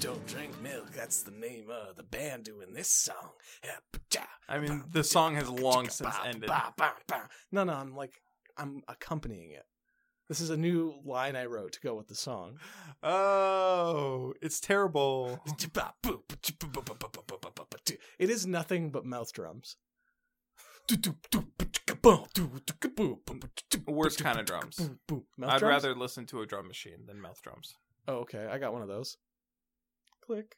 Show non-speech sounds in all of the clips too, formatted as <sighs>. don't drink milk. That's the name of the band doing this song. I mean, the song has long since ended. No, no, I'm like, I'm accompanying it. This is a new line I wrote to go with the song. Oh, it's terrible. It is nothing but mouth drums. Worst kind of drums. Mouth I'd drums? rather listen to a drum machine than mouth drums. Oh, okay. I got one of those. Click.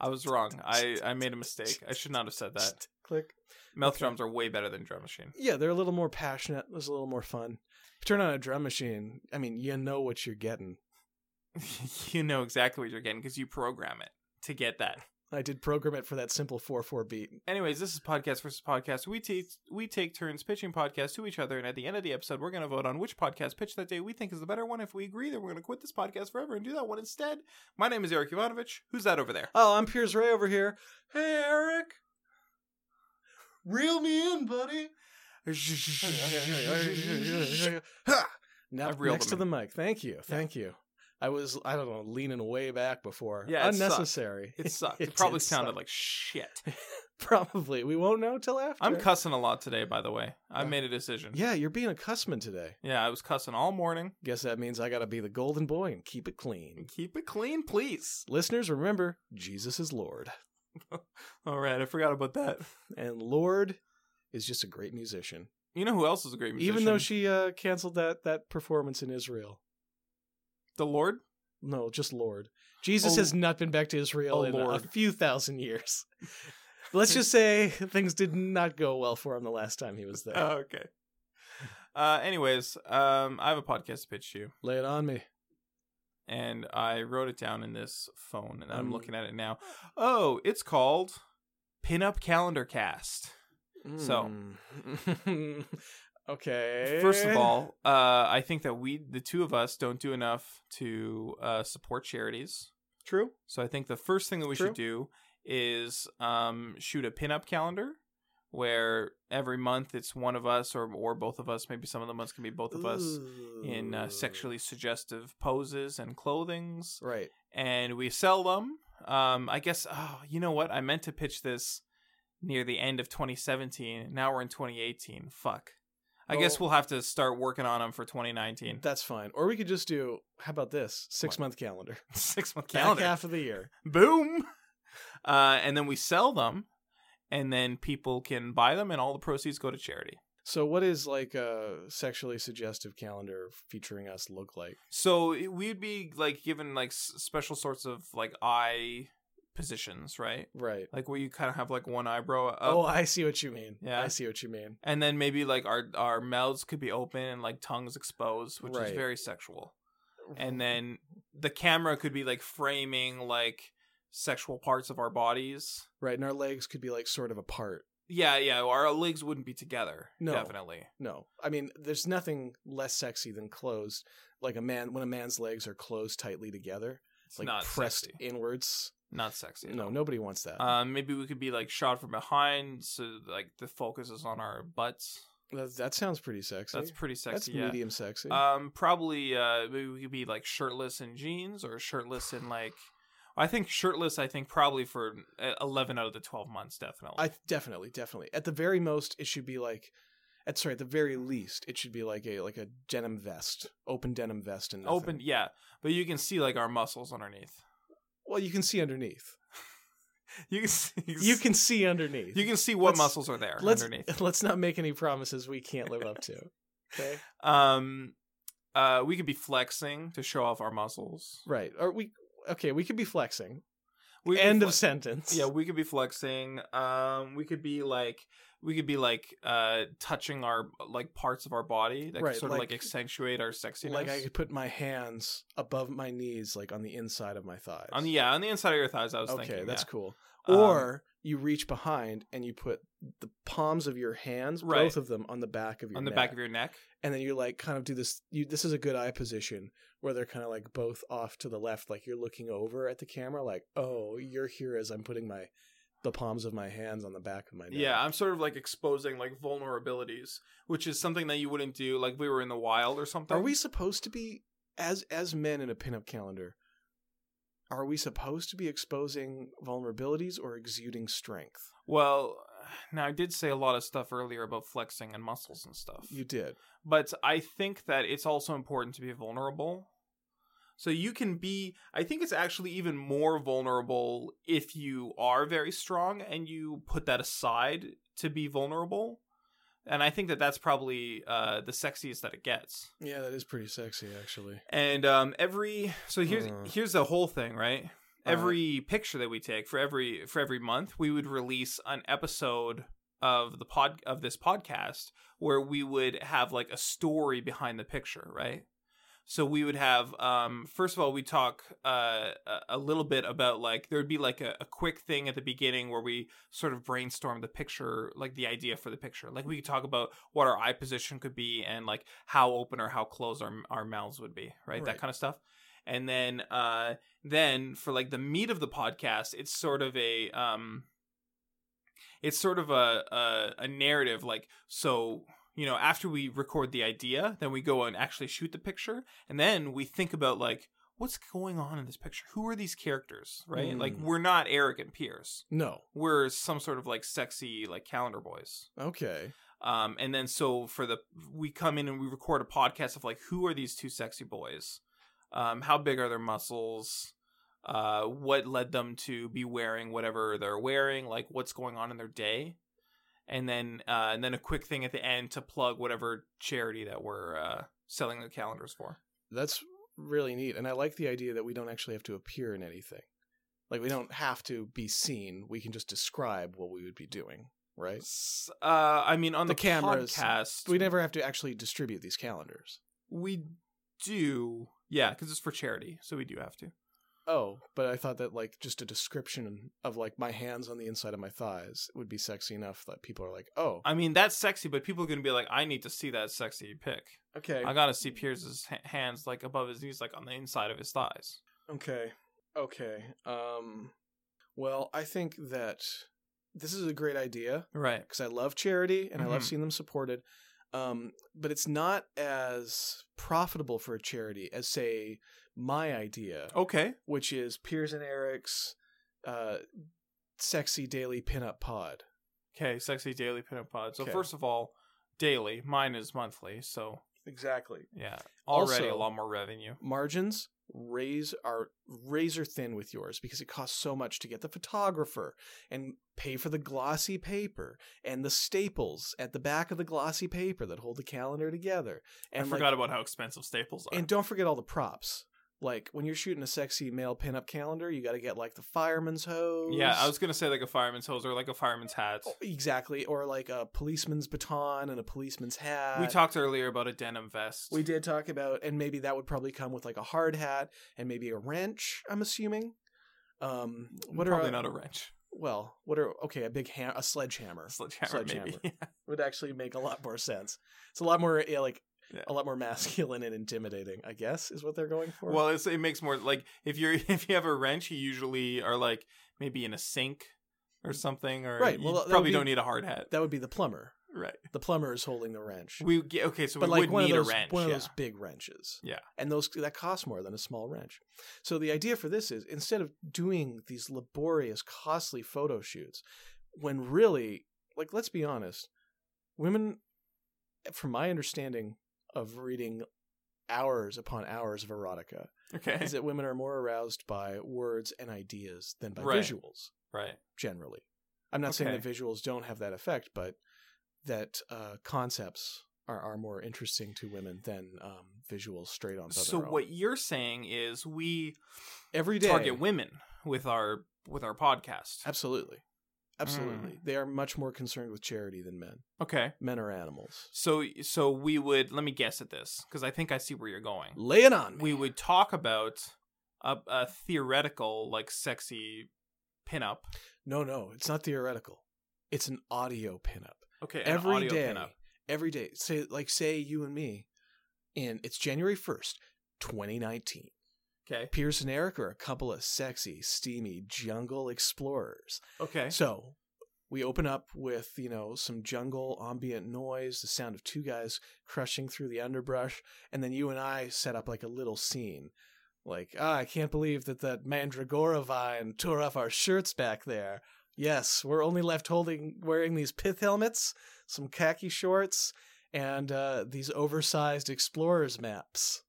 I was wrong. I, I made a mistake. I should not have said that. Click. Mouth drums are way better than drum machine. Yeah, they're a little more passionate. There's a little more fun. If you turn on a drum machine, I mean, you know what you're getting. <laughs> you know exactly what you're getting because you program it to get that. I did program it for that simple 4 4 beat. Anyways, this is podcast versus podcast. We take we take turns pitching podcasts to each other, and at the end of the episode, we're going to vote on which podcast pitch that day we think is the better one. If we agree, then we're going to quit this podcast forever and do that one instead. My name is Eric Ivanovich. Who's that over there? Oh, I'm Piers Ray over here. Hey, Eric. Reel me in, buddy. <laughs> Ha! Now, I've reeled next to them the mic. Thank you. Thank you. I was, I don't know, leaning way back before. Yeah, it sucked. Unnecessary. <laughs> It sucked. It, did probably sounded suck. like shit. Probably. We won't know till after. I'm cussing a lot today, by the way. I Yeah. made a decision. Yeah, you're being a cussman today. Yeah, I was cussing all morning. Guess that means I got to be the golden boy and keep it clean. Keep it clean, please. Listeners, remember, Jesus is Lord. All right, I forgot about that. And Lord is just a great musician. You know who else is a great musician? Even though she uh, canceled that, that performance in Israel. the Lord. No, just Lord. Jesus Oh. has not been back to Israel Oh, in a- a Lord. few thousand <laughs> years. Let's just say things did not go well for him the last time he was there. Oh, okay. Uh, anyways, um, I have a podcast to pitch you, Lay it on me. and I wrote it down in this phone, and I'm Mm. looking at it now. Oh, it's called Pinup Calendar Cast. So- Mm. <laughs> okay. First of all, uh, I think that we, the two of us, don't do enough to uh, support charities. true. So I think the first thing that we True. should do is um, shoot a pinup calendar where every month it's one of us or or both of us. Maybe some of the months can be both of us in uh, Ooh. sexually suggestive poses and clothings, Right. and we sell them. Um, I guess. Oh, you know what? I meant to pitch this near the end of 2017. Now we're in 2018. Fuck. I guess Well- we'll have to start working on them for 2019. That's fine. Or we could just do how about this? Six month calendar. <laughs> Six month Back calendar. half of the year. boom uh, and then we sell them and then people can buy them and all the proceeds go to charity So what is like a sexually suggestive calendar featuring us look like? so it- we'd be like given like s- special sorts of like eye positions right Right. like where you kind of have like one eyebrow up oh, I see what you mean. Yeah. I see what you mean. and then maybe like our our mouths could be open and like tongues exposed which is Right. Mm-hmm. very sexual and then the camera could be like framing like sexual parts of our bodies right, and our legs could be like sort of apart. yeah yeah our legs wouldn't be together No. definitely No. I mean, there's nothing less sexy than closed like a man when a man's legs are closed tightly together, it's like not pressed sexy. inwards. not sexy. at No, all. nobody wants that. Um, maybe we could be like shot from behind, so like the focus is on our butts. that, that sounds pretty sexy. That's pretty That's sexy. yeah. medium sexy. Um, probably uh, maybe we could be like shirtless in jeans or shirtless in like. I think shirtless. I think probably for uh, eleven out of the twelve months, definitely. I definitely, definitely. At the very most, it should be like, at sorry, at the very least, it should be like a like a denim vest, open denim vest, and nothing. Open, yeah, but you can see like our muscles underneath. Well, you can see underneath. You can see, You can see underneath. you can see what Let's- muscles are there let's <laughs> underneath. let's not make any promises we can't live up to. <laughs> Okay. Um, uh, we could be flexing to show off our muscles. Right. Or we okay. We could be flexing. We could be End of flex- sentence. Yeah, we could be flexing. Um, we could be like we could be like uh touching our like parts of our body that Right, could sort of like- like accentuate our <laughs> sexiness. like I could put my hands above my knees, like on the inside of my thighs. on the yeah on the inside of your thighs. I was okay, thinking that's yeah. cool. Um, Or you reach behind and you put the palms of your hands, Right. both of them, on the back of your on the neck. back of your neck. and then you like kind of do this you this is a good eye position where they're kind of like both off to the left like you're looking over at the camera like oh you're here as i'm putting my the palms of my hands on the back of my neck Yeah, I'm sort of like exposing like vulnerabilities, which is something that you wouldn't do like if we were in the wild or something. are we supposed to be as as men in a pinup calendar, are we supposed to be exposing vulnerabilities or exuding strength? Well, now I did say a lot of stuff earlier about flexing and muscles and stuff. You did. but I think that it's also important to be vulnerable. So you can be I think it's actually even more vulnerable if you are very strong and you put that aside to be vulnerable. And I think that that's probably uh, the sexiest that it gets. Yeah, that is pretty sexy, actually. And um, every so here's Hmm. here's the whole thing, right? All right. Every picture that we take for every for every month, we would release an episode of the pod of this podcast where we would have like a story behind the picture, right? So we would have um first of all we talk uh a- a little bit about like there would be like a, a quick thing at the beginning where we sort of brainstorm the picture like the idea for the picture like we could talk about what our eye position could be and like how open or how closed our, our mouths would be right that Right. kind of stuff and then uh then for like the meat of the podcast it's sort of a um it's sort of a a, a narrative like so you know after we record the idea then we go and actually shoot the picture and then we think about like what's going on in this picture who are these characters right Hmm. like we're not arrogant peers No. we're some sort of like sexy like calendar boys Okay. um and then so for the we come in and we record a podcast of like who are these two sexy boys um how big are their muscles uh what led them to be wearing whatever they're wearing like what's going on in their day and then uh and then a quick thing at the end to plug whatever charity that we're uh selling the calendars for That's really neat. And I like the idea that we don't actually have to appear in anything. Like, we don't have to be seen. We can just describe what we would be doing, right? S- uh i mean on the, The cameras. podcast We never have to actually distribute these calendars. we do yeah because it's for charity so we do have to Oh, but I thought that, like, just a description of, like, my hands on the inside of my thighs would be sexy enough that people are like, oh, I mean, that's sexy, but people are going to be like, I need to see that sexy pic. okay. I got to see Pierce's ha- hands like above his knees, like on the inside of his thighs. Okay. Okay. Um well, I think that this is a great idea Right. because I love charity and I love Mhm. seeing them supported. Um but it's not as profitable for a charity as say my idea, Okay. which is Piers and Eric's uh sexy daily pinup pod. Okay. Sexy daily pinup pod. So, Okay. first of all, daily. Mine is monthly. So, Exactly. yeah. Already Also- a lot more revenue. margins raise are razor thin with yours because it costs so much to get the photographer and pay for the glossy paper and the staples at the back of the glossy paper that hold the calendar together and I like- forgot about how expensive staples are. and don't forget all the props like when you're shooting a sexy male pinup calendar you got to get like the fireman's hose Oh, yeah. I was going to say like a fireman's hose or like a fireman's hat. exactly or like a policeman's baton and a policeman's hat we talked earlier about a denim vest. uh, we did talk about, and maybe that would probably come with like a hard hat and maybe a wrench. I'm assuming. Um, what Probably are not a wrench. <laughs> well? What are okay? A big ham, a sledgehammer A sledgehammer, maybe. Sledgehammer. would actually make a lot more sense. It's a lot more yeah, like Yeah. a lot more masculine and intimidating. I guess is what they're going for. Well, it's, it makes more like if you're <laughs> if you have a wrench, you usually are like maybe in a sink or something, or Right, You well, that would probably be- don't need a hard hat. that would be the plumber. right. The plumber is holding the wrench, We get okay, so but we like would one need of those a wrench. one of yeah. those big wrenches. Yeah. and those that cost more than a small wrench. So the idea for this is instead of doing these laborious, costly photo shoots, when really, like, let's be honest, women, from my understanding of reading hours upon hours of erotica, okay, is <laughs> that women are more aroused by words and ideas than by Right. visuals right? generally. I'm not saying Okay. that visuals don't have that effect, but that uh, concepts are, are more interesting to women than um, visuals straight on. So what you're saying is we every day target women with our with our podcast. Absolutely, absolutely. Mm. They are much more concerned with charity than men. Okay, Men are animals. so so we would let me guess at this because I think I see where you're going. Lay it on me. Mm. We would talk about a, a theoretical like sexy pinup. no, no, it's not theoretical. It's an audio pinup. Okay, an Every audio day, pinup. every day. Say like say you and me, and it's January first, 2019. Okay, Pierce and Eric are a couple of sexy, steamy jungle explorers. okay. So We open up with, you know, some jungle ambient noise, the sound of two guys crushing through the underbrush, and then you and I set up like a little scene. Like, ah, I can't believe that that mandragora vine tore off our shirts back there. Yes, we're only left holding wearing these pith helmets, some khaki shorts, and uh, these oversized explorers maps.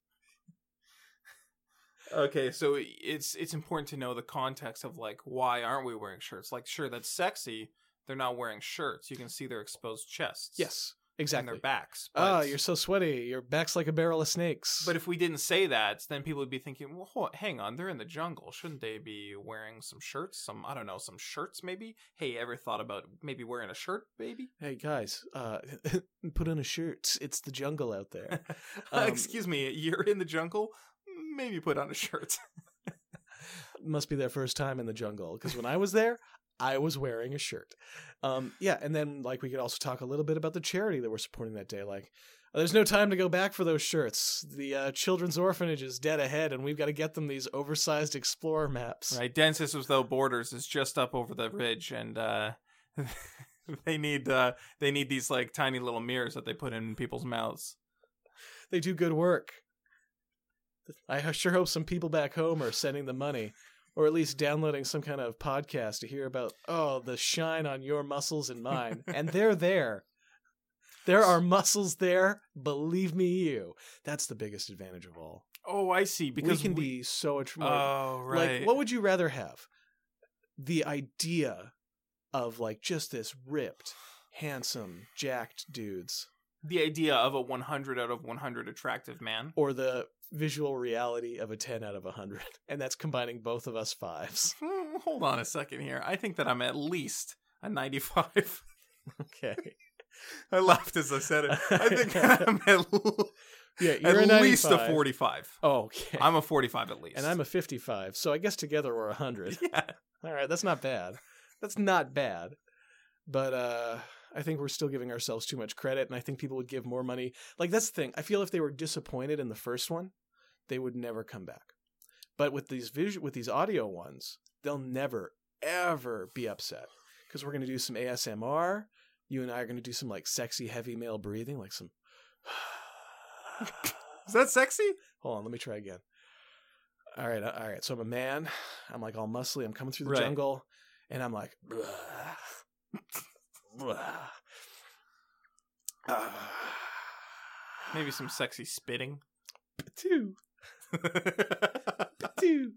Okay, so it's it's important to know the context of like why aren't we wearing shirts? Like, sure, that's sexy. They're not wearing shirts. You can see their exposed chests. Yes, and exactly. their backs. Oh, But, you're so sweaty. Your back's like a barrel of snakes. but if we didn't say that, then people would be thinking, well, hold, hang on, they're in the jungle. Shouldn't they be wearing some shirts? Some I don't know, some shirts maybe. Hey, ever thought about maybe wearing a shirt, <laughs> maybe? hey guys, uh, <laughs> put on a shirt. It's the jungle out <laughs> there. Uh, Um, Excuse me, you're in the jungle. Maybe put on a shirt. Must be their first time in the jungle because when I was there, I was wearing a shirt. Um, yeah, and then like we could also talk a little bit about the charity that we're supporting that day. Like, there's no time to go back for those shirts. The uh, children's orphanage is dead ahead, and we've got to get them these oversized explorer maps. Right, Dentist Without Borders is just up over the ridge, and uh, <laughs> they need uh, they need these like tiny little mirrors that they put in people's mouths. They do good work. I sure hope some people back home are sending the money, or at least downloading some kind of podcast to hear about oh the shine on your muscles and mine, <laughs> and they're there. There are muscles there, believe me, you. That's the biggest advantage of all. Oh, I see. Because we can be so much more Oh, right. like what would you rather have the idea of like just this ripped handsome jacked dudes the idea of a 100 out of 100 attractive man. or the visual reality of a 10 out of 100 <laughs> and that's combining both of us <laughs> fives Hmm, <laughs> hold on a second here. I think that I'm at least a 95. okay <laughs> I laughed as I said it. I think <laughs> that I'm at, l- yeah you're at a least a 95. 45. oh, okay I'm a 45 at least. and i'm a 55 so i guess together we're 100 <laughs> yeah. all right that's not bad that's not bad but uh i think we're still giving ourselves too much credit and i think people would give more money like that's the thing i feel if they were disappointed in the first one they would never come back but with these visual with these audio ones they'll never ever be upset because we're going to do some asmr you and i are going to do some like sexy heavy male breathing like some Is that sexy? Hold on, let me try again. All right, uh, all right. So I'm a man. I'm like all muscly. I'm coming through the Right. jungle, and I'm like, <sighs> "Blah. Blah. Ah. Maybe some sexy spitting. Patoo, patoo.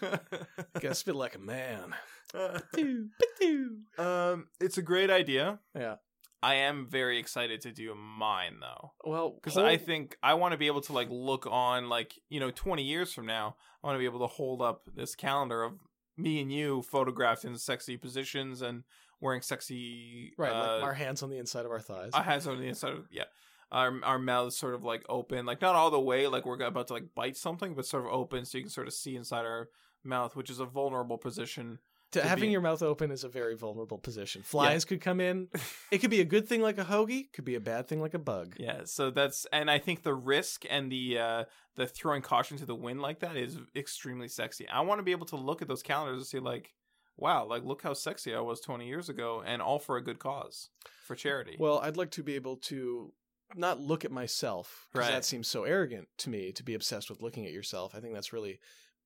Gotta spit like a man. Patoo, patoo. <laughs> um, it's a great idea. Yeah. I am very excited to do mine though, Well, because hold- I think I want to be able to like look on like you know twenty years from now, I want to be able to hold up this calendar of me and you photographed in sexy positions and wearing sexy. right, uh, like our hands on the inside of our thighs. I had something inside of yeah. Our, our mouths sort of like open, like not all the way, like we're about to like bite something, but sort of open so you can sort of see inside our mouth, which is a vulnerable position. to to having be- your mouth open is a very vulnerable position. Flies could come <laughs> in. It could be a good thing like a hoagie. Could be a bad thing like a <laughs> bug. Yeah, so that's and I think the risk and the uh the throwing caution to the wind like that is extremely sexy. I want to be able to look at those calendars and see like, wow, like look how sexy I was 20 years ago and all for a good cause, for charity. Well, I'd like to be able to not look at myself because Right. that seems so arrogant to me to be obsessed with looking at yourself. I think that's really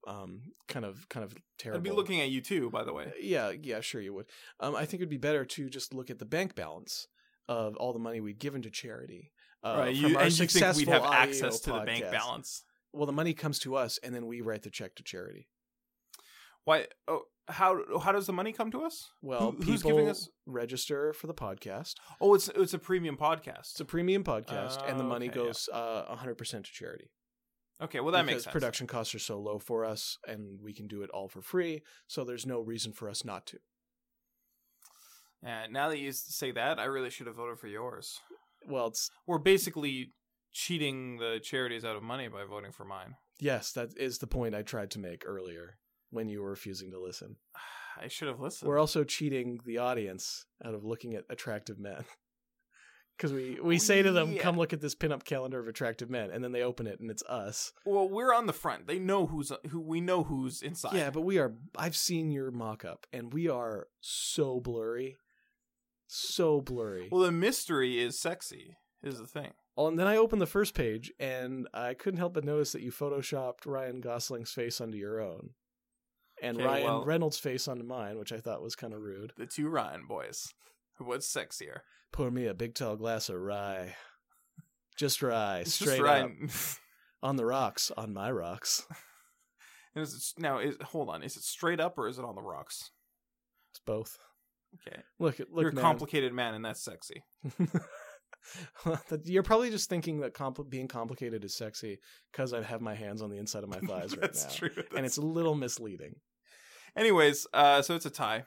um, kind of kind of terrible. I'd be looking at you too, by the way. Yeah, yeah, sure you would. Um, I think it'd be better to just look at the bank balance of all the money we've given to charity. Uh, right, from you, our and you think we'd successful have audio access to the bank podcast. balance? Well, the money comes to us, and then we write the check to charity. Why? Oh, how how does the money come to us? Well, Who- people who's giving us- register for the podcast. Oh, it's it's a premium It's podcast. a premium podcast, and the Oh, money okay, yeah. goes uh, 100% to charity. Okay, well that makes because sense. production costs are so low for us and we can do it all for free so there's no reason for us not to Yeah, now that you s- say that, I really should have voted for yours. well it's We're basically cheating the charities out of money by voting for mine. <sighs> yes that is the point i tried to make earlier when you were refusing to listen I should have listened. <laughs> we're also cheating the audience out of looking at attractive men because we we say to them, Yeah. "Come look at this pinup calendar of attractive men," and then they open it and it's us. Well, we're on the front. They know who's who. We know who's inside. Yeah, but we are. I've seen your mock up, and we are so blurry, so blurry. well, the mystery is sexy. Is the thing. Oh, and then I opened the first page, and I couldn't help but notice that you photoshopped Ryan Gosling's face onto your own, and Okay, Ryan well- Reynolds' face onto mine, which I thought was kind of rude. The two Ryan boys. <laughs> What's sexier? Pour me a big tall glass of rye, just rye, It's straight just up Ryan. on the rocks, on my rocks. <laughs> and is it, now, is hold on. Is it straight up or is it on the rocks? It's both. Okay, Look, look, you're a man. complicated man, and that's sexy. <laughs> That- You're probably just thinking that compl- being complicated is sexy because I have my hands on the inside of my thighs right <laughs> that's now, true. and That's- it's a little misleading. anyways. Uh, so it's a tie.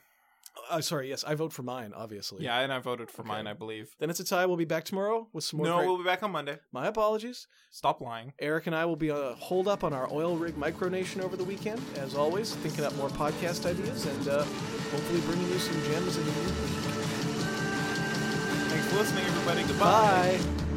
Uh, sorry, yes, I vote for mine, obviously. Yeah, and I voted for Okay. mine. I believe. Then it's a tie. We'll be back tomorrow with some more. no, great- we'll be back on Monday. My apologies. Stop lying. Eric and I will be uh, holed up on our oil rig micronation over the weekend, as always, thinking up more podcast ideas and uh, hopefully bringing you some gems in the new. Thanks for listening, everybody. Goodbye. Bye.